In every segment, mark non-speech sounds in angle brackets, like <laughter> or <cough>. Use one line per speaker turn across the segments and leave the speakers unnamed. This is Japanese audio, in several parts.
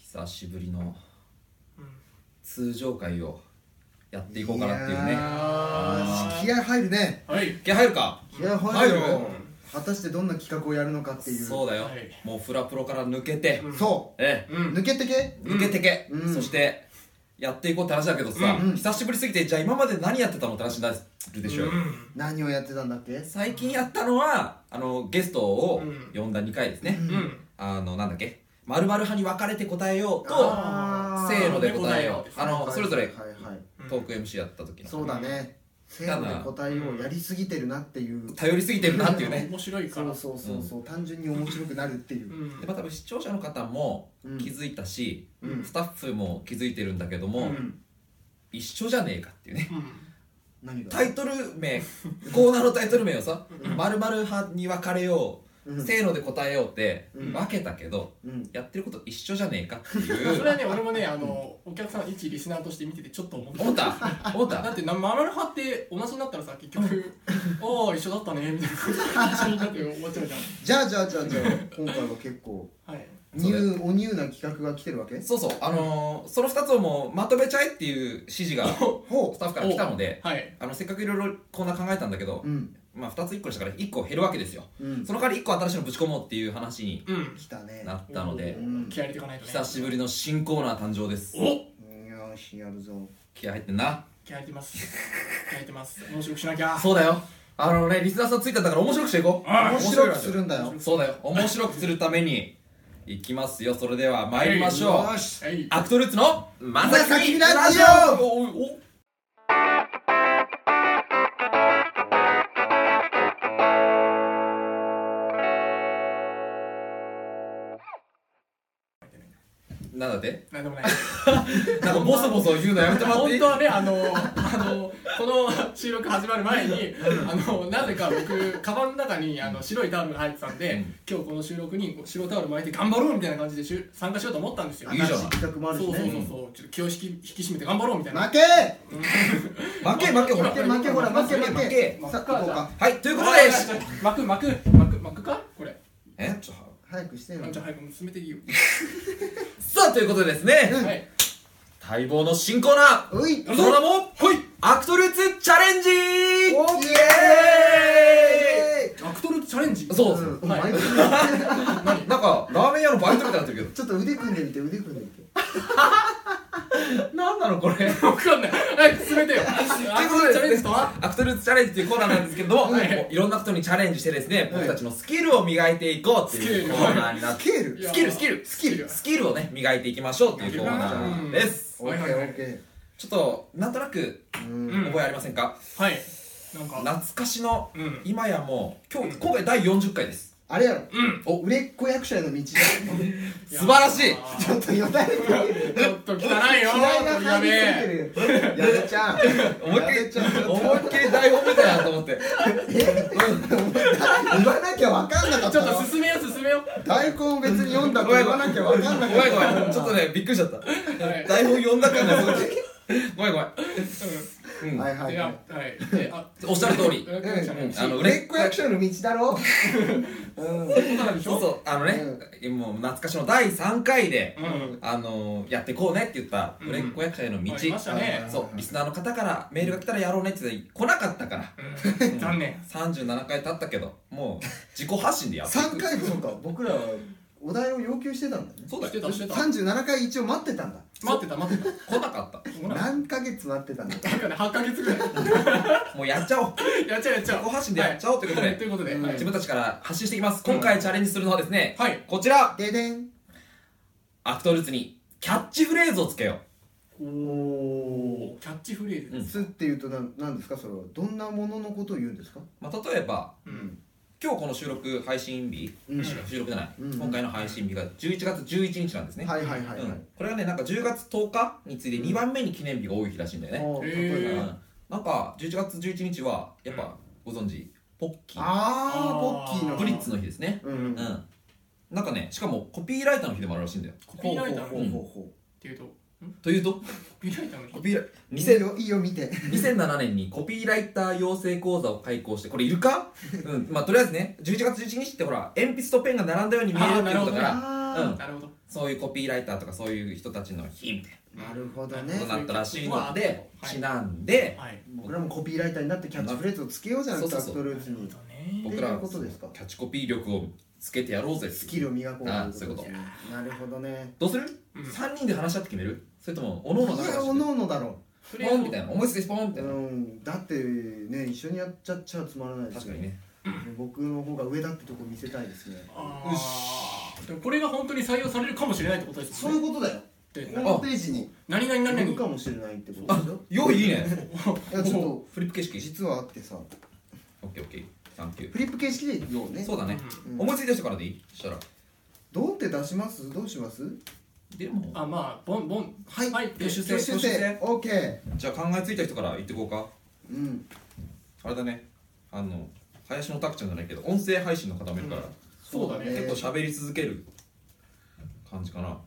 久しぶりの
うん
通常会をやっていこうかなっていうね
やー気合入るね
はい
気合入るか
気合入るよ
入る
果たしてどんな企画をやるのかっていう
そうだよ、
はい
もうフラプロから抜けて、
うん
そ
え
う
うん抜けてけ
え抜けてけ、
うん
そしてやっていこうって話だけどさ、
うん
久しぶりすぎてじゃあ今まで何やってたのって話になるでしょ、
うん
何をやってたんだっけ
最近やったのはあのゲストを呼んだ2回ですね、
うん
うん
あのなんだっけまる派に分かれて答えようと
あー
せーので答えようあ
はい
の
はい
それぞれ
はいはい
うん
トーク MC やった時の
そうだねせーので答えをやりすぎてるなっていう
頼りすぎてるなっていうね
面白いか
そ
ら
うそうそうそう単純に面白くなるっていううん
でまあ多分視聴者の方も
うん
気づいたし、
うん
スタッフも気づいてるんだけども、
うん
一緒じゃねえかっていうね
何が
タイトル名 <laughs> コーナーのタイトル名をさ「
うん
まる派に分かれよう」
うん
せーので答えよう」って
うん
分けたけど、
うん
やってること一緒じゃねえかってい
うんそれは
う
ね俺もねあのお客さん一リスナーとして見ててちょっと思った
思った思っ
<laughs>
だ
た
ってなママルハって同じになったらさ結局 <laughs> ああ一緒だったねみたいな <laughs> 感じになって終わっちゃうじ
じゃあじゃあじゃあじゃあ今回は結構
ゃんはい
ニューおニューな企画が来てるわけ
そうそうあのーその2つをもうまとめちゃえっていう指示がス
ほ
タッフから来たので
はい
あのせっかくいろいろコーナー考えたんだけど、
ううん
まあ、2つ1個にしたから1個減るわけですよ
うん
その代わり1個新しいのぶち込もうっていう話に
うん
来たね
なったので
うん
気合い入れていかないとね
久しぶりの新コーナー誕生です
お
よしやるぞ
気合入ってんな
気合い入れてます気合い入れてます面白くしなきゃ
そうだよあのねリスナーさんついたんだから面白くしていこう
あ
面白くするんだよ
そうだよ面白くするためにいきますよそれでは参りましょう
よし
はい
アクトルーツのまさきみラジオおおなんだって
なんでもないです
なんかボソボソ言うのやめてもらっていい
本当はねあのあのこの収録始まる前にあのなぜか僕カバンの中にあの白いタオルが入ってたんで、
うん
今日この収録にこう白タオル巻いて頑張ろうみたいな感じでしゅ参加しようと思ったんですよ
いいじゃん
新し企画もあ
そ
る
う
し
そうそう
ね
そうちょっと気を引き引き締めて頑張ろうみたいな
負け
負け負けほら
負け負けほら負け負
負
け
け
さあ行こうか
はいということでし
巻く巻く巻く巻くかこれ
えちょ
早くしてよ
じゃあ早く進めてい
<laughs>
いよ
さあということでですね
うん
はい
待望の新コーナー
おい
その名も
はい
アクトルーツチャレンジ
お
イエ
イエ
アクトルチャレンジ
ーイそううそ
ん
う
お前
何
なんかラーメン屋のバイトみたいになってる
ちょっと腕組んでみて腕組んでみて
けど <laughs> なんなのこれ
わかんない早く進めてよアクトルチャレンジとは
アクトルーツチャレンジっていうコーナーなんですけども、
はい
もういろんなことにチャレンジしてですね、
はい
僕たちのスキルを磨いていこうっていうコーナーになっ
ス
て
ケール
いや
スキルスキル
スキル
スキルをね磨いていきましょうっていうコーナーです
オッケーオッケ
ちょっとなんとなく
ーう
うんん
覚えありませんか、
はいなんか
懐かしの
うん
今やもう今日今回第40回です
あれやろ
うん
お売れっ子役者への道だち
素晴らしい
ょっとよだれてる
ちょっと汚いよ
気合が
や
入
べ
り
え
すぎてるやべちゃん
思い
や
っき
べち
り
ゃんちょっと
思いっきり台本見たなと思って
言わなきゃわかんなかっ
ちょ
た
っ
な
と進めよう進めよ
大根を別に読んだと言わなきゃわかんな
ごめんご
か
めん、
<laughs>
った
ちょっとね、びっくりしちゃった。
うはい
台本読んだ感がすごい。ごめんごめん。
は
う
い
うん
はいい
や
は
はいいであ
ん。おっしゃる通り。
アクトルチャレンジ
あの
売れっ子役者への道だろうん
そういうことなんでし
そう
ょ
そう、あのね、もう懐かしの第3回で、
うん
あのー、やってこうねって言った、
うん
売れっ子役者への道
あ。りましたね
そう、リスナーの方からメールが来たらやろうねって言って来なかったから。
うん残念
37回経ったけど、もう自己発信でやってい
3
く。
回もそうか僕らはお題を要求してたんだね
そうだ
して
よ。
たしてた
37回一応待ってたんだ
待ってた待って
来なかった
た
何ヶ月待ってたんだ
だから8ヶ月ぐらい。
もうやっちゃおう。
やっちゃうやっちゃう
自己発信でやっちゃおうということ
はいと
で、
いうことで
うん
はい
自分たちから発信していきます。今回チャレンジするのはですね、
はい
こちら
ででん
アクトルーツにキャッチフレーズをつけよ
お
おキャッチフレーズです
すっていうとなんなんですかそれはどんなもののことを言うんですか
う、まあ、例えば
うん
今日この収録配信日、
うん
収録収録じゃない、
うん
今回の配信日が11月11日なんですね、
はいはいはいはい
うん、これがねなんか10月10日に次いで2番目に記念日が多い日らしいんだよね、
おー
へ
うん
ー
なんか11月11日はやっぱご存知ポッキー
あー
あー
ポッキーの
ブリッツの日ですね
うんうん
うん、なんかねしかもコピーライターの日でもあるらしいんだよ
コピーライター
ほ
の
う
日っ
ほうほ
ていうとコ
というと
ピーライターの日
コピーライ
ういい
2000
よいいよ見て
2007年にコピーライター養成講座を開講してこれいるか、うんまあ、とりあえずね11月11日ってほら鉛筆とペンが並んだように見えるってことだか
あ
らうん
あ
なるほど
そういうコピーライターとかそういう人たちの日みたい
あなるほど
な
ね
ことになったらしいの
そういう
で
ことは
ちなんで
はい
僕らもコピーライターになってキャッチフレーズをつけようじゃない
そう
です
そうそ
か
う
ストルーツに
ね
僕ら
ってい
は
うことですか
キャッチコピー力をつけてやろうぜ
スキルを磨こう
あ
と
そういうこと
ですねなるほどね
どうする
うん
3人で話し合って決めるそれともお
い
のおの話し合
やおのおのだろ
とりあえ
ポ
ず
ンみたいな思いつきポンみた
う
いな
うんだってね一緒にやっちゃっちゃつまらないです
確
よ
かにね
僕の方が上だってとこ見せたいですね
あーでもこれが本当に採用されるかもしれないってことです
そ
よ
う
ね
いうことだよ
で
ホームページに
何々何
行
々
くかもしれないってことでしょ
よいいね
いやちょっと
<laughs> フリップ形式
実はあってさ
オッケーオッケーサンキュ
フリップ形式で言おうね
ーそうだね
うん
思いついた人からでいいそしたら
どうって出しますどうします
でも
あまあボンボン
はい
はい
挙手制
挙手制 OK
じゃあ考えついた人から言ってこうか
うん
あれだねあの林の拓ちゃんじゃないけど音声配信の固めるから、
そうだね
結構喋り続ける感じかな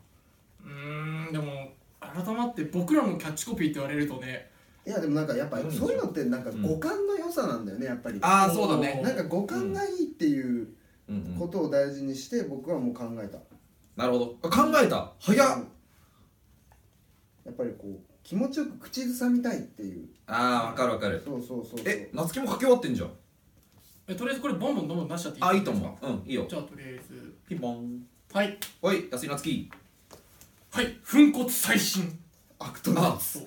うーんでも改まって僕らのキャッチコピーって言われるとね
いやでもなんかやっぱ
うん
そういうのってなんか
うん
五感の良さなんだよねやっぱり
ああそうだね
なんか五感がいいっていう
うんうん
ことを大事にして僕はもう考えた
なるほどあ考えた早っ
うんやっぱりこう気持ちよく口ずさみたいっていう
あーわかるわかる
そうそうそうそう
え夏希も書き終わってんじゃん
えとりあえずこれボンボンどんどん出しちゃってい
あいい
で
と
すか
思ううんいいよ
じゃあとりあえず
ピンポン
はい
おい安井夏希
はい粉骨最新
アクトル
あ
<laughs>
そう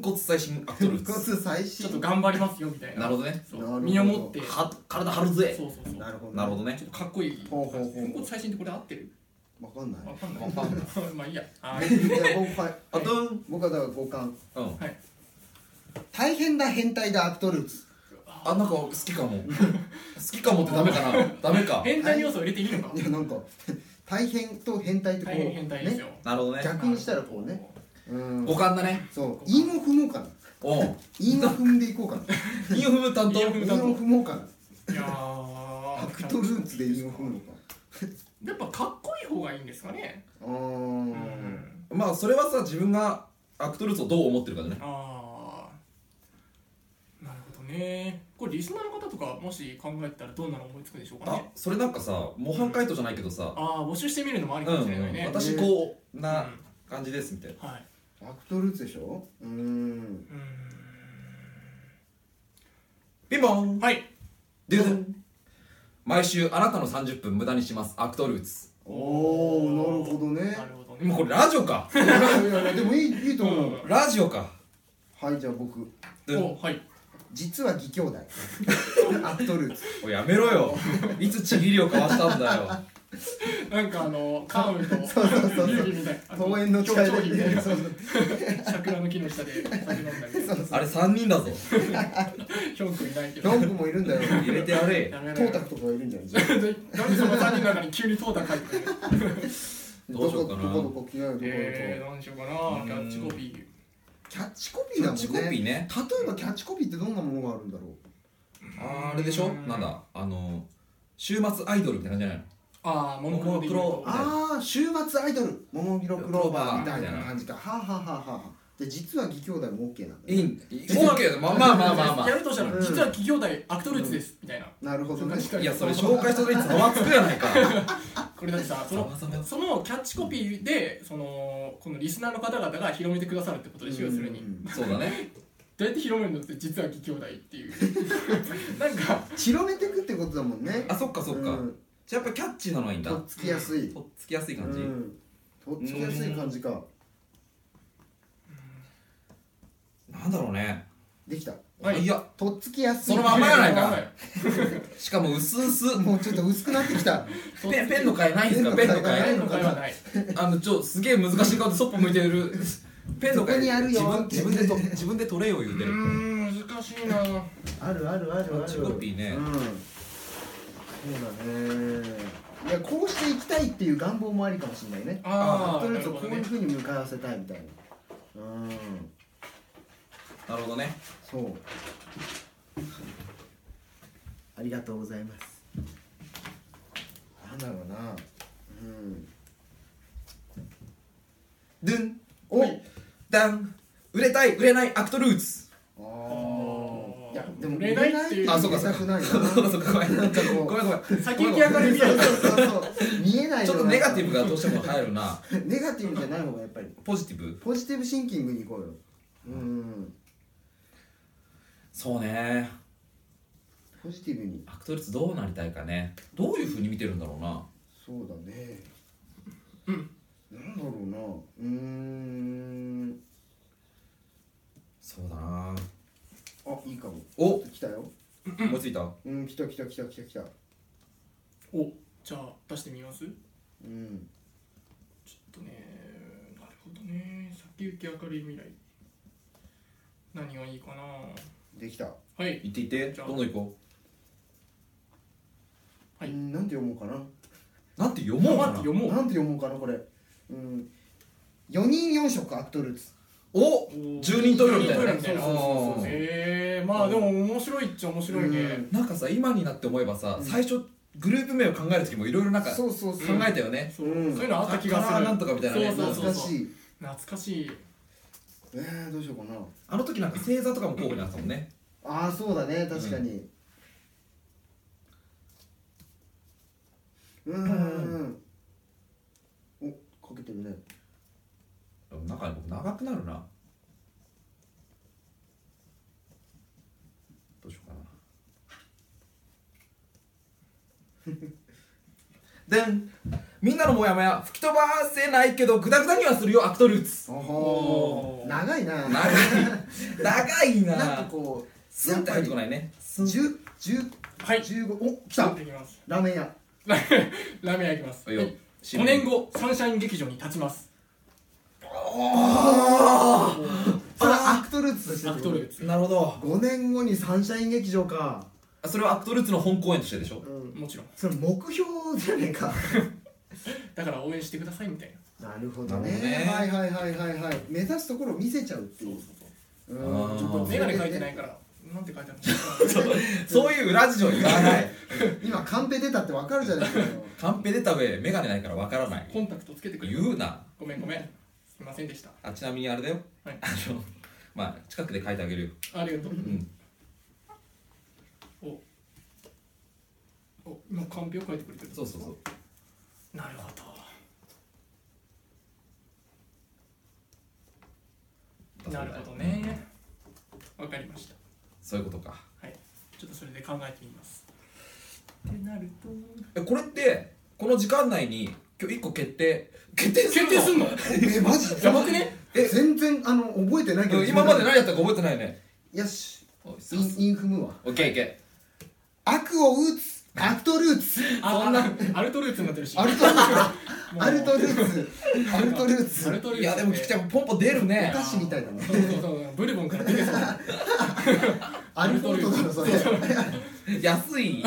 粉骨最新アクトルー
復
ツ
活最
ちょっと
新
頑張りますよみたいな
なるほどね
そう
なるほど
身をもって
は体張るぜ
そうそうそう
なるほど
なるほ
ど
どね
ちょっとかっこいい
ほうほうほう
粉骨最新ってこれ合ってる
わかんない
わかんない
わかん
<laughs> まあいいやあー
じゃあ僕はい
あとん
僕はだから五感
うん
大変だ変態だアクトルーツ
あなんか好き
<laughs>
かも好きかもってダメかなダメか
変態要素を入れていいのか
いやなんか大変と変態ってこう
大変変態ですよ
ね
なるほどね
逆にしたらこうねうん
五感だね
そう韻を踏もうかな
おうん
韻を踏んでいこうかな
<laughs> インフム担当
韻を踏
韻
む
を踏もうかない
や
ア
ア
クトルーツで韻を踏むのか
やっぱかっこいい方がいいんですかね
あー
うん
まあそれはさ自分がアクトルーツをどう思ってるかだね
ああなるほどねこれリスナーの方とかもし考えたらどんなの思いつくでしょうか
あ
ね
それなんかさ模範解答じゃないけどさ
ああ募集してみるのもあり
う
か
ん
もしれな
う
い
ん
ね、
私こう
うん
な感じですみたいな
はい
アクトルーツでしょうーん
ピンポン
はい
で毎週あなたの30分無駄にしますアクトルーツ
おーなるほどね
なるほどね
もうこれラジオか
いやいやいやでもいいいいと思う
ラジオか
はいじゃあ僕
で
おはい
実は義兄
<laughs>
弟アクトルーツ
おいやめろよいつちぎりを交わしたんだよ
なんかあのカームと
<laughs> そうそうそう
遊戯みたいな
公園の近い
表情みたいな
そうそう
桜の木の下で酒飲んだり
そうそう
あれ3人だぞ
ヒョン君いないけ
ヒ
ど
ョン君もいるんだよ
入れてやれ
やめろ
トー
やめ
タ
ろ
クとかがいるんじゃない
<laughs> なんでその3人の中に急にトータ書いてくる
どうしようか
ど
な
こどこどこ着替えるところ
えー、なんでしようかなキャッチコピー
キャッチコピ
キ
ーだ
ャ
も
ッ
んね
チコピーね
例えばキャッチコピーってどんなものがあるんだろう
あーあれでしょ
うん
なんだあの週末アイドルみたいな感じじゃないの
ああモノクロでいい
モノクロ
ああ週末アイドルももいろクローバーみたいな
クローバーみたいな
感じかはあ、はあはあはあ、で実は義兄弟も OK なんだね
いいんオッケーまあまあまあまあま
やるとしたら、
うん
実は企業代アクトルーツです、みたいな
なるほどね
あいやそれ紹介した時にざわつくやないか
これだってさその
ざわざわ
そのキャッチコピーでそのこのリスナーの方々が広めてくださるってことでしょ要するに
うん
そうだね
どうやって広めるのって実は義兄弟っていうなんか
広めてくってことだもんね
あそっかそっ
う
か
ん
じゃあやっぱキャッチーなのはいいんだ
とっつきやすい
とっつきやすい感じ
うんとっつきやすい感じか
なんだろうね
できた
はい
いや
とっつきやす
そ
い
のまんまやないか
はい
しかも薄々
<laughs> もうちょっと薄くなってきた
ペンペンの会ないんですかペンの
ペ
会
ペンの会はない
あのちょすげえ難しい顔でそっぽ向いてるペンの
そこ
会
にあるよ
自分自分でと自分で取れよ言う
う
て
ー
る
ん難しいな
あるあるあるある
キャッチコピーね
うんそうだねいやこうしていきたいっていう願望もありかもしれないね
あー
とりあえず
なる
こ
ほ
う
どね
いうふうに向かわせたいみたいなうん
なるほどね
そうありがとうございますなんだろうなうん
ドゥン
お
はい
ダン売れたい売れないアクトルーツ <laughs>
ああいやでも
売れないっていう
あそうかそう
売れたくないな
かそうかそうかごめん
なんかこう
ごめんごめん
先行き明るいみたいな
そうそうそう見えない
ちょっとネガティブがどうしても入るな
ブネガティブじゃない方がやっぱり
ポジティブ
ポジティブシンキングに行こうようん
そうね
ポジティブに
アクトリスどうなりたいかねどういうふうに見てるんだろうな
そうだねなんだろうなうーん
そうだな
あいいかも
お
来たよ
思いついた
うん来た来た来た来た来た
おじゃあ出してみますちょ
うん
っとねなるほどね先行き明るい未来何がいいかな
できた、
はい
行って行ってどんどん行こ
はい
うんなんて読もうかな
うなんて読もう
ま
か
あ
な
読もう
なんて読もうかなこれうん4人4色アットルーツ
お住人トイレみたいな
住人トイレみた
そうそうそう
いな
そう
へえまあでも面白いっちゃ面白いね
なんかさ今になって思えばさ、最初グループ名を考える時もいろいろなんか考
そうそうそう
えたよね、
そうそう
うん
いうのあった気がす
カラー
る
なんとかみたいなね
そうそうそう
懐か
そう
しい
懐かしい
えー、どうしようかな
あの時なんか星座とかも候補にあったもんね
ああそうだね確かにうんんおかけてるね
でもなんか僕長くなるなどうしようかな <laughs> でんみんなのモヤモヤ吹き飛ばせないけどグダグダにはするよアクトルーツ
お
おー
長いな
長い長いな
なんかこ
スンって入ってこないねス
う
ン
10 10
はい
15お来た
いきます <laughs>
ラーメン屋
ラーメン屋行きます
はいよ
はい5年後サンシャイン劇場に立ちます
それアクトルーツとして
アクトルー
ツ
ツ
なるほど
5年後にサンシャイン劇場か
あそれはアクトルーツの本公演としてでしょ
うん
もちろん
それ目標じゃねえか
だから応援してくださいみたいな
なるほどね
なるほどね
はいはいはいはいはい目指すところを見せちゃうっていうう
あー
んちょっと
メガネかいてないからなんて書いてあ
<laughs>
るの
そういう裏事情言わない
今カンペ出たってわかるじゃないかよ
<laughs> カンペ出た上メガネないからわからない
コンタクトつけてくれ
言うな
ごめんごめんすいませんでした
あちなみにあれだよ、
はい
あのまあ近くで書いてあげるよ
ありがとう
うん
お今カンペを書いてくれてる
そうそうそう
なるほどなるほどねわかりました
そういうことか
ちょっとそれで考えてみますってなると
えこれってこの時間内に今日1個決定決定する
決
の
定すんの
えマジ
やばくね
え
全然あの覚えてないけど
うん今まで何やったか覚えてないね
よし
おいさ
インインフムは
オッケーオッケ
悪を打つアクトルーツ
あそんなアルトルーツになってる
<laughs>
し
アルトルー
も
ツ
う
アルトルーツアルトルー
ア
ツ
ルト
ー
ルーツ
いやでも菊ちゃんポンポン出る
お
ね
菓子みたいだね
そうそうそうブルボンから出て <laughs> そう
アルフォルトだろそれ
安い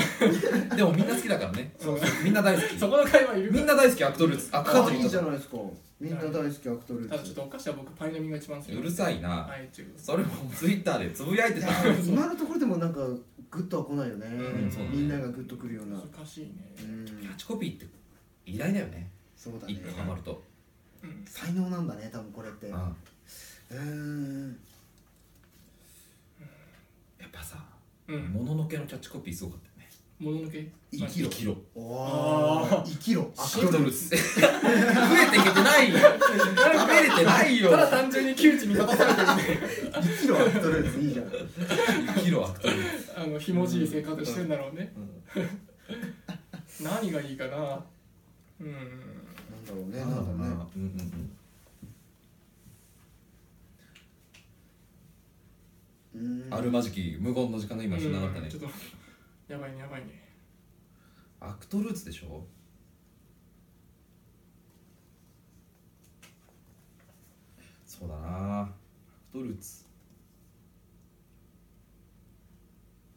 でもみんな好きだからねみんな大好き
そこの会話いるか
みんな大好きアクトルーツあカー
あ
トリ
い
ー
いじ
ズ
ゃないですかみんな大好きアクトル
らただ
ー
ちょっ
ツ
とお菓子は僕パイの実が一番好き
うるさいな
はい違う
それもツイッターでつぶやいて
い
た
や今のところでもなんかグッとは来ないよね
うん
そうだね
みんながグッとくるような
難しいね
うん
キャッチコピーって偉大だよね
そうだね
一個ハマると
才能なんだね多分これって
う
うんーん
やっぱさ
うん
もののけのキャッチコピーすごかったよね
もののけ
生きろ生きろ
おー
あ
生き <laughs> ろア
ア
ク
ク
ト
ト
ル
ル
ーツ
ス増えていけてないよ食べれてないよ
ただ単純に窮地に立たされてるんで
生きろアクトルーツいいじゃん
生きろアクトルス
あのひもじい生活してんだろうね、何がいいかなうん
なんだろうね、なんだろうね。
うんうんうん
うーん
あるまじき無言の時間が今17だった
うん
ね
ちょっとやばいねやばいね
アクトルーツでしょそうだなアクトルーツ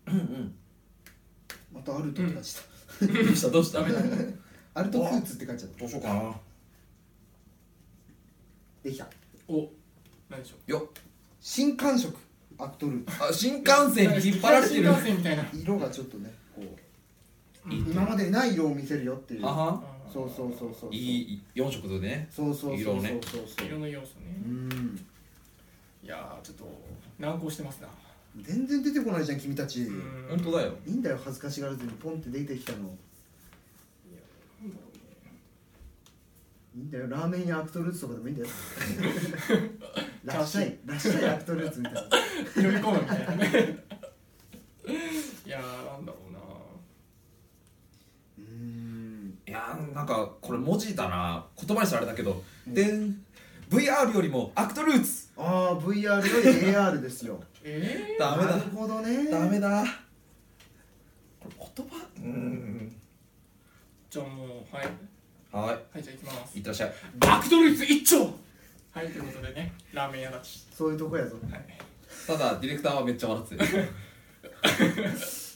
うんうん
またあると出した。
どうしたどうした
ダメだ
<laughs> アルトフーツって書いちゃった。
どうしようかな
できた。
お何でしょう
よっ
新感触。アクトルーツ。
あ新幹線に引っ張られてる
新幹線みたいな
色がちょっとね、こう。今までにない色を見せるよっていう。
あは
そうそうそうそう。
いいい4色でね
そうそうそうそ
色を
う
ね
そうそう。
色の要素
う
ね
ん。
いやーちょっと難航してますな
全然出てこないじゃん、君たち。
う
い
ん
本当だよ
いんだよ、恥ずかしがらずにポンって出てきたの。
なんだろうね
いいんだよラーメン屋アクトルーツとかでも <laughs> いいんだよ
チ
ら
ャー
っ
シ
し
ュ
ゃ
ー
いらっしゃいアクトルーツみたいな
呼び込むみたいなね <laughs> いやーなんだろうな
うーん
いやーなんかこれ文字だな言葉にしたらあれだけど、で VR よりもアクトルーツ
ああ VR より AR ですよ
え
ダメ
な
だ
るほどね
ダメだこれ言葉うーん
ー、じゃあもうはい
は
はいじゃあ行きます
いいってらっしゃい
アクトルイツ一丁はいということでねラーメン屋だち
そういうとこやぞ
ただディレクターはめっちゃ笑ってたよ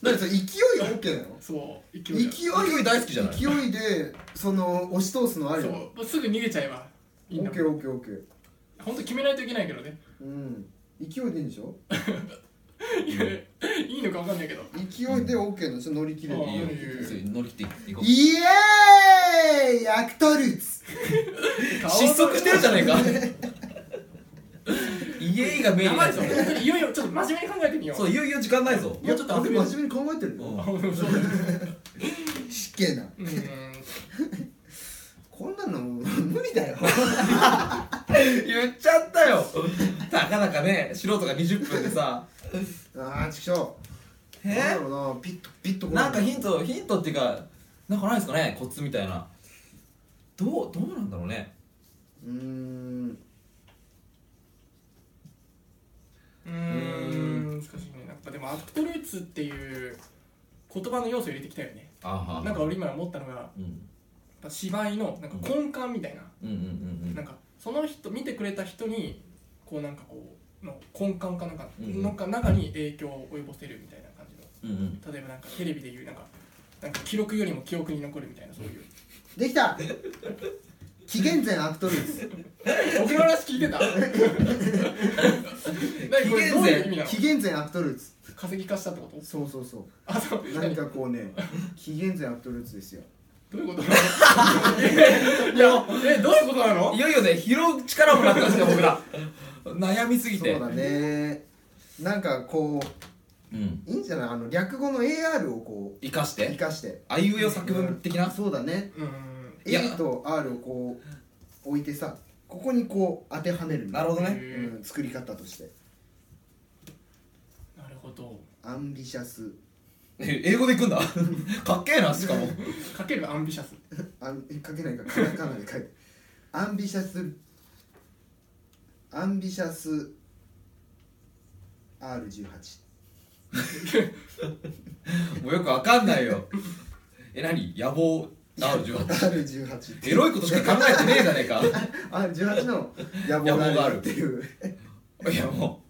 何それ勢い OK なの
そう勢いだ
勢い
勢い大好きじゃない
勢いでその押し通すのある
そう
よ
もうすぐ逃げちゃえばいいんだもん
OKOKOK
ほんと決めないといけないけどね
うん勢いでいいんでしょ
いやいいのかわかんないけど
勢いで OK なの乗り切れる
うん
いいよ
うん
つい乗り切っていこう
イエーイアクトルーツ
失速してるじゃねえかイエイがメイン
や
に
ば
ないっ
ぞ
ち
本
ゃう
当にいよいよちょっと真面目に考えてみよう
そういよいよ時間ないぞ
もうちょっと
俺
遊びます
真面目に考えてる
う
よ
ん
あそうだね
しっけえな
うーん
こんなの無理だよ
言っちゃったよたかだかね素人が20分でさ
<laughs> ああちくしょうなんだ
え
ろうなピッとピッとこ
なんかヒントヒントっていうかなんかないですかねコツみたいなどうどうなんだろうね
うーん
うーん難しいねやっぱでもアクトルーツっていう言葉の要素入れてきたよね
あ
なんか俺今思ったのがやっ
うん
ぱ芝居のなんか根幹みたいな、
うんうんうんう
なん
ん
かその人見てくれた人にこうなんかこうの根幹かなんか
うん
のか中に影響を及ぼせるみたいな感じの
うんうん
例えばなんかテレビでいうなんかなんか記録よりも記憶に残るみたいなそういう
できた紀元前アクトルーツ
僕の話聞いてた何これどういう意味なの
紀元前アクトルーツ
稼ぎ化したってこと
そうそうそう
あそう
何かこうね紀元前アクトルーツですよ
どういうことなのいやえどういうことなの
いよいよね拾う力もなくなってきた僕ら悩みすぎ
そ
て
うだねなんかこ
うん
ういいんじゃないあの略語の AR をこ
生かし
う生
て
かして
あいうえお作文的な
そうだね
うーん
いや
A と R をこう置いてさここにこう当てはめる
なるほどね
へー
うん、作り方として
なるほど
アンビシャス
え英語でいくんだ <laughs> かっけえなしかも
かけるアンビシャス
あんえ書けないからカタカナで書いてアンビシャスアンビシャス R18
もうよくわかんないよ <laughs> え何野望 R18
R18
エロいことしか考えてねえじゃねえか
R18 の野望
望
が
が
あ
あ
る
る
っていう
いやも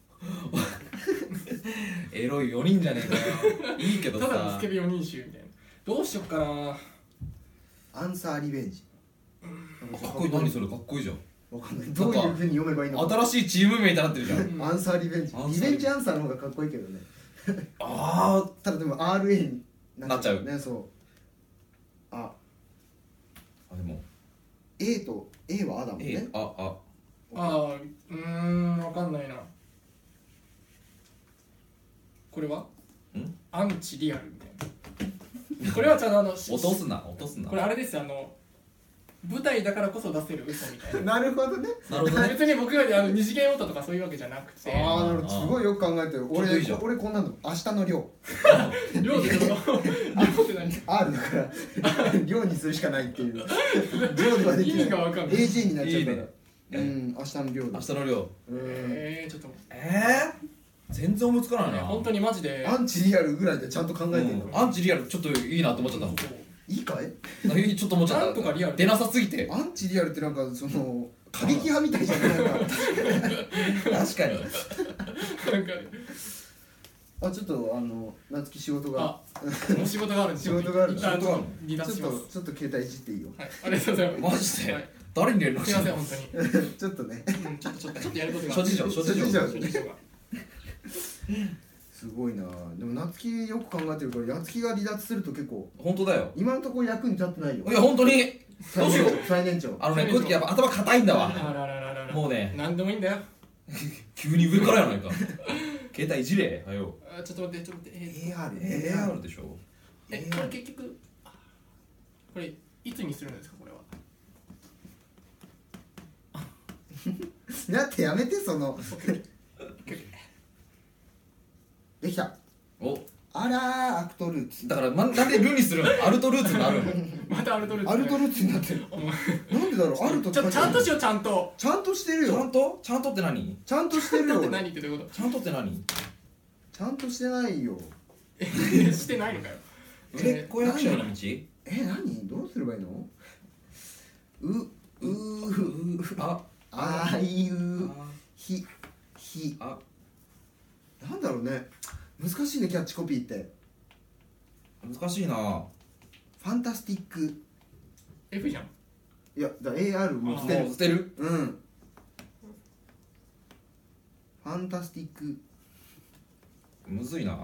う <laughs> エロい4人じゃねえかよいいけ
た
ど
だの
さ
スケベ4人衆みたいなどうしよっかな
アンサーリベンジ
かっこいい何それかっこいいじゃん
わかんないどういうふうに読めばいいのか
新しいチーム名になってるじゃん
アンサーリベンジ
アンサーリベン
リ
ジ
ベンジアンサーの方がかっこいいけどね
あ
ただでも RA になっちゃうねそうあ
ーあでも
A と A はあだもん
え
ね
ああ
ああうーんわかんないなこれは
ん
アンチリアルみたいなこれはちゃんとあのし
落とすな落とすな
これあれですよあの舞台だからこそ出せる嘘みたい
なるほどね
なるほど
な
ね
別に僕があの二次元音とかそういうわけじゃなくて
ああなるほど
あー
すごいよく考えてる
ちょうどいいじ
俺
ゃん
俺こんなの明日の量
量ってどこ量って何
R だから量にするしかないっていう量ではでき
意
ない
味がわかんない
AG になっちゃうか
い
ら
いね
うん明日の量
明
だ
日の量
うん
えー、ちょっと
えー、全然思いつかないな
本当にマジで
アンチリアルぐらいでちゃんと考えてるの
うんアンチリアルちょっといいなと思っちゃったもん
そう
いいかい
ちょっと思っちゃった
なんとかリアル
出なさすぎて
アンチリアルってなんかその過激派みたいじゃないなんか
確かに
なんか
あちょっとあの夏希仕事が
あお仕事があるんで
仕事がある
一旦
仕事があるちょ
離
っ
脱
と
し
ち
ま
ょ
す
っと携帯いじっていいよ <laughs>
はいありがとうございます
マジで、
はい
誰に連絡
す
し
い
た
ま
の
せん本当に
ちょっとね
うんちょっとちょっとちょっとやることが
諸事情諸事情
諸
諸
事
事情が
すごいなでも夏希よく考えてるから夏希が離脱すると結構
本当だよ
今のところ役に立ってないよ
いや本当にどうしよう
最年長
あのねこういう時やっぱ頭固いんだわ
あららららら
もうね
何でもいいんだよ
急に上からやないか携帯いじれはよ
あちょっと待ってちょっと待ってえー
AR
え
AR
るでしょ
えこれ結局これいつにするんですかこれは
だってやめてそのできた
お
あらーアクトルーツ
だからまなんでルにするのアルトルーツになるの
<laughs> またアルトル
アルトルーツになってる
お前
なんでだろうアルト
ちょちゃんとし
よ
ようちゃんと
ちゃんとしてる
ちゃ
よ
んとちゃんとって何
ちゃんとしてる
だ
よ
って
俺
何ってどういうこ
ちゃんとって何
ちゃんとしてないよ <laughs>
としてないのかよ
え
え
婚約者への道
え何どうすればいいのううう
あ
あいう
あ
ひひ
あ
なんだろうね難しいねキャッチコピーって
難しいな
ファンタスティック
F じゃん
いやだ AR もう捨て
もう
る
捨てる
うんファンタスティック
むずいな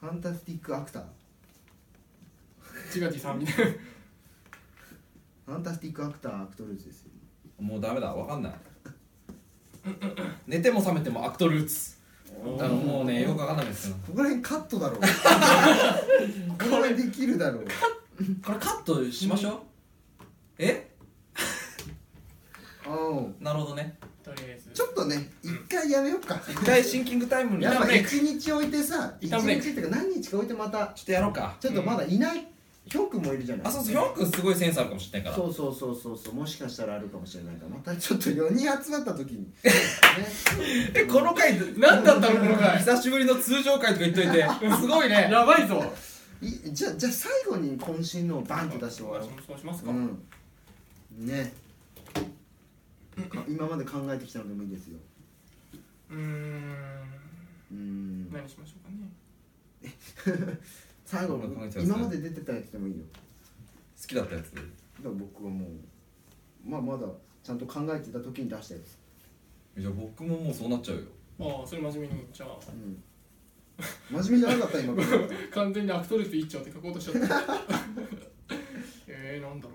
ファンタスティックアクター
ちがちさんみたいな
ファンタスティックアクターアクトルーツですよ
もうダメだわかんない寝ても覚めてもアクトルーツあのもうねよくわかんないですよ
ここら辺カットだろ
<laughs>
うここら辺できるだろう
これカットしましょう、え
あー
なるほどね
とりあえず
ちょっとね一回やめようか
一回シンキングタイムに
やっ
ちょ
ぱ
ブレイク
一日置いてさ一
一旦ブレ
日
イク
っていうか何日か置いてまた
っとやろうか
ちょっとまだいないヒョン君もいるじゃない
あそうそうヒョン君すごいセンスあるかもしれないから
そうそうそうそうそうもしかしたらあるかもしれないからまたちょっと4人集まった時
<laughs>
にね
えこの回
何だったのこの回
久しぶりの通常回とか言っといてすごいね
やばいぞ
いじゃじゃあ最後に渾身のをバンと出してもらおう
そうしますか
うんねか今まで考えてきたのでもいいですよ
うーん
うーん
何しましょうかね
最後の
考えてますね
今まで出てたやつでもいいよ
好きだったやつ
だから僕はもうまあまだちゃんと考えてた時に出したやつ
じゃあ僕ももうそうなっちゃうよ
ああそれ真面目にじゃあ
うん真面目じゃなかった今これ
完全にアクトルーツいっちゃうって書こうとしちゃった <laughs> えー、なんだろう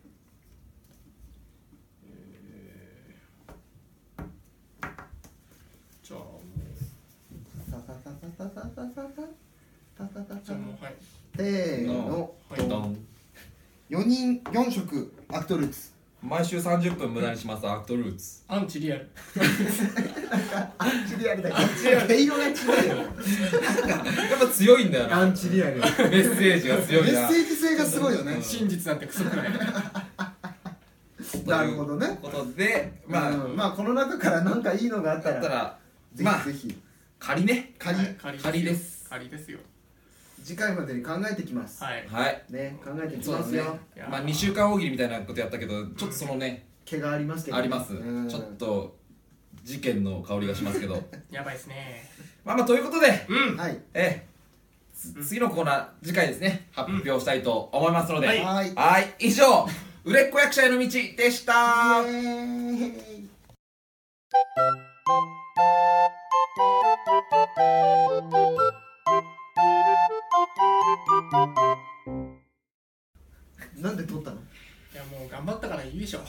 うーんえーじゃあもう
タタタタタタタタタタタ
じ
タ
ゃあもうはい
せーの
はい
ドン
4人4色アクトルーツ
毎週30分無駄にしますアクトルーツ
アンチリアル
アンチリアルだよ毛色が違うよ
やっぱ強いんだよなメ
チリアルメ
ッセージが強
ッ
いな
セージ性がすごいよね
うん
真実なんてクソくない
なるほどね
ということでま
ま
あ
あ、まあこの中からなんかいいのがあった
だ
ら
ったら
ぜ
まあ
ひぜひ
仮ね
仮、
はい仮
仮です
仮ですよ
次回までに考えてきます、
はい
はい
ね考えてき
そう
ま
だ
すよ、
ねまあ2週間大喜利みたいなことやったけどちょっとそのね
毛がありますけど
あります
うん
ちょっと事件の香りがしますけど <laughs>
やばいですね
まあまあということで
うん
はい
ええつ次のコーナー次回ですね発表したいと思いますので、
うんはい
はい
はい以上売れっ子役者への道でした
イエーイなんで撮ったの
いやもう頑張ったからいいでしょ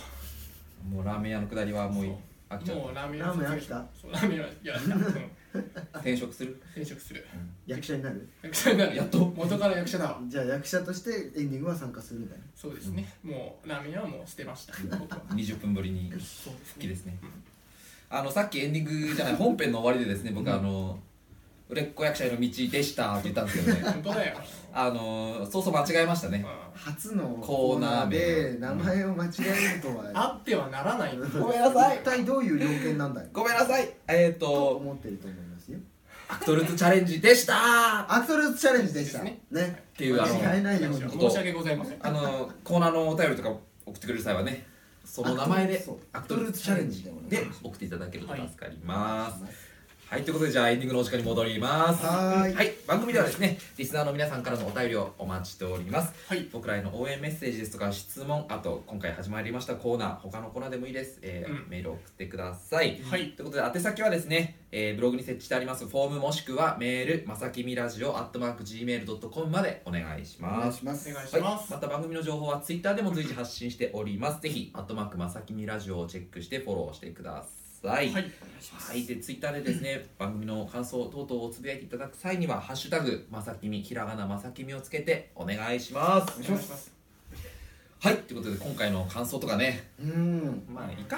も
もうラーメン屋のくだりはもういい飽きちゃう
うラーメン
ラーメン飽き
き
た
そうラーメンはやったうん
転職する
<laughs> 転職する
役者になる
役者になる
やっと
元から役者だわ
じゃあ役者としてエンディングは参加するんだよ
そうですねもうラーメンはもう捨てました僕は
20分ぶりに
そうです
復帰ですねあのさっきエンディングじゃない本編の終わりでですね僕あの売れっ子役者への道でしたって言ったんですけどね
本当だよ
あのそうそう間違えましたね
初の
コーナー
で
名
名前を間違えると
うん
は
あってはならない
ごめんなさい
一体どういう要件なんだよ
ごめんなさいえっ、ー、
と
<laughs>
と
思ってると思いますよ
アクトルーツチャレンジでしたー
アクトルーツチャレンジでした
で
ね
っていうあの
間違えないように
申し訳ございません
あのコーナーのお便りとか送ってくれる際はねその名前で
そうアクトルーツチャレンジでお願い
で
します
送っていただけると助かります。はい、ということでじゃあエンディングのお時間に戻ります。
はーい
番組ではですね、リスナーの皆さんからのお便りをお待ちしております。
はい
僕らへの応援メッセージですとか質問、あと今回始まりましたコーナー、他のコーナーでもいいです。えー
うん
メールを送ってください。
はい
ということで宛先はですね、えーブログに設置してありますフォームもしくはメールまさきみラジオアットマーク gmail.com までお願いし
お願
ま
い
す
します
お願いし
はい、
ま
ますた番組の情報はツイッターでも随時発信しておりますぜひ「アットマークまさきみラジオ」をチェックしてフォローしてくださ
はいいお願
はい、
いします
でツイッターでですね番組の感想等々をつぶやいていただく際には「ハッシュタグまさきみ」ひらがなまさきみをつけてお願いします
お願いします
はいってことで今回の感想とかね
うん
まあいいか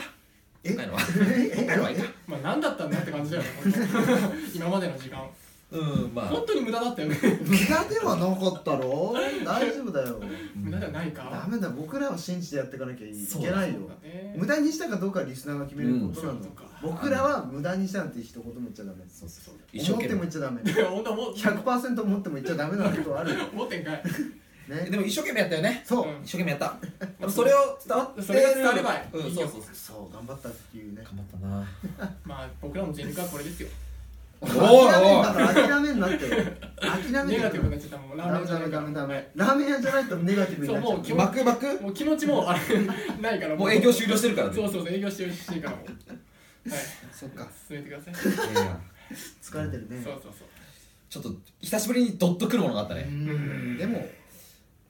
え
今回のは
え
今回のはいいか
まあ何だったんだって感じだよね本当今までの時間
うんまあ
本当に無駄だったよね
無駄ではなかったろ大丈夫だよ
無駄じゃない
ダ
か
メだ僕らは信じてやっていかなきゃい
そう
け
だ
ないよ
そうだね
無駄にしたかどうかはリスナーが決めることな
うん
だ
んそうか
僕らは無駄にしたなんて一言も言っちゃダメ
そうそうそう一生
思っ
懸
ても
命
言っちゃダメ
いや本当もう
100%思っても言っちゃダメなことはあるよ
<laughs> 思ってんかい
え
ね
でも一生懸命やったよね
そう
うん
一生懸命やったでもそれを伝わってる
それが伝わればい
う
い
んそうそう
そう頑張ったっていうね
頑張ったな
まあ僕らの全力はこれですよ
お
諦めん
い
な諦めんなって諦め
ネ
て
ガティブに
る
なっちゃったもん
ダメダメダメダメラーメン屋じゃないとネガティブになっちゃ
そうもう
おい巻く巻く
もう気持ちもうあれないから
もう営業終了してるからね
そうそうそう営業してほしいからもうはい
そっか
進めてください
いやいや
疲れてるね
そうそうそう
ちょっと久しぶりにドッとくるものがあった
う
ね
んでも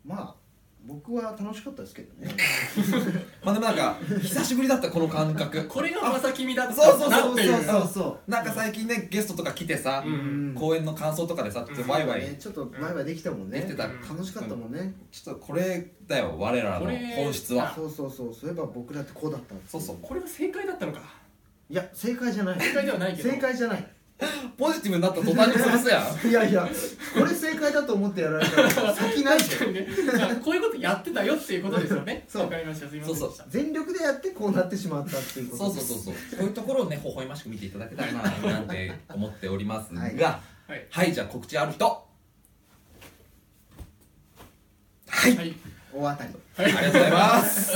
まあ僕は楽しかったですけどね
まあでもなんか久しぶりだったこの感覚
これがまさきみだった
そうそう
な
そ
っ
う
て
そ
いうう
そう
そ
なんか最近ねゲストとか来てさ、
うん
うん
公演の感想とかでさちょっとワイワイ
ねちょっと前はできたもんね
できてた
楽しかったもんね
ちょっとこれだよ我らの本質は
こ
そうそうそうそういえば僕らってこうだった
そうそう
これが正解だったのか
いや正解じゃない
正解ではないけど
正解じゃない
ポジティブになった途端に潰すやん
いやいやこれ正解だと思ってやられたら先ない
確か
で
にねじゃあこういうことやってたよっていうことですよ
<laughs>
ね
そう
わかりましたすいませんでした
全力でやってこうなってしまったっていうこと
そうそうそうそうこういうところをね微笑ましく見ていただけたらななんて思っておりますが
は
はいい、
はい
じゃあ告知ある人はい、
はい
大当たり
ありがとうござい <laughs> ます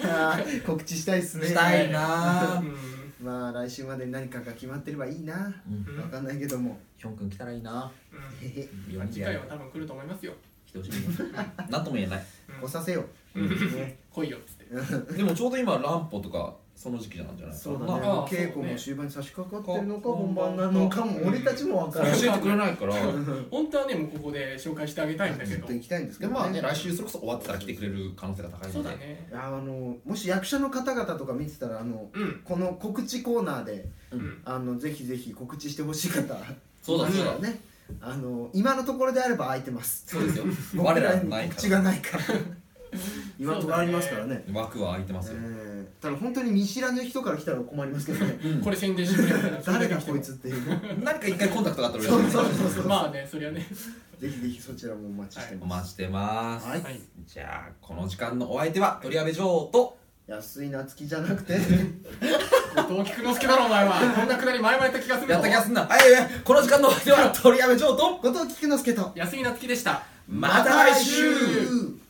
いやー告知したいっすね
したいな <laughs>
う
ぁ
ん
まあ来週まで何かが決まってればいいな
うん
うん
わかんないけども
ヒョン君来たらいいな
う
へへ
言わ
ん
ん
次
でや
回
る
は多分来ると思いますよ
来てほしいね <laughs> なんとも言えない
来させよ
うん
ね
来いよっつって
でもちょうど今乱歩とかその時期なんじゃないか
そうだ
な
ね
ああ
稽古
そう
も
ね
終盤に差し掛かっ
こ
てるのか本番なのかも
うん
俺たちもわからない
教えてくれないから
本当はねもうここで紹介してあげたいんだけ
ずっ
ど
と行きたいんですけ
で
ど
まあね来週それこそ終わってたら来てくれる可能性が高いので
そうだね
あのもし役者の方々とか見てたらあの
うん
この告知コーナーで
うん
あのぜひぜひ告知してほしい方
そうだそうだ
ねあの今のところであれば空いてます
そうですよ
僕
我
ら
ら
に
ない
告
か
知
ら
がないから今のところありますからね
枠は空いてますよ
えーただ本当に見知らぬ人から来たら困りますけ
<laughs>
どね
うん
これ宣伝してくれた
<laughs>
ら
誰がこいつっていうね
何か一回コンタクトがあったら
そ
嬉
う
しい
そうそうそう、
まあねそりゃね
ぜひぜひそちらもお待ちして
お
ま
待ちしてます
す、はい
はい
じゃあこの時間のお相手は鳥籔城と
安い夏希じゃ
<laughs>
なくて
同菊之助だろお前はこんなくだり前もやった気がするぞ
やった気がすんなはいはいこの時間のお相手は鳥籔城と
後藤菊之助と
安井夏樹でした
また来週
また来週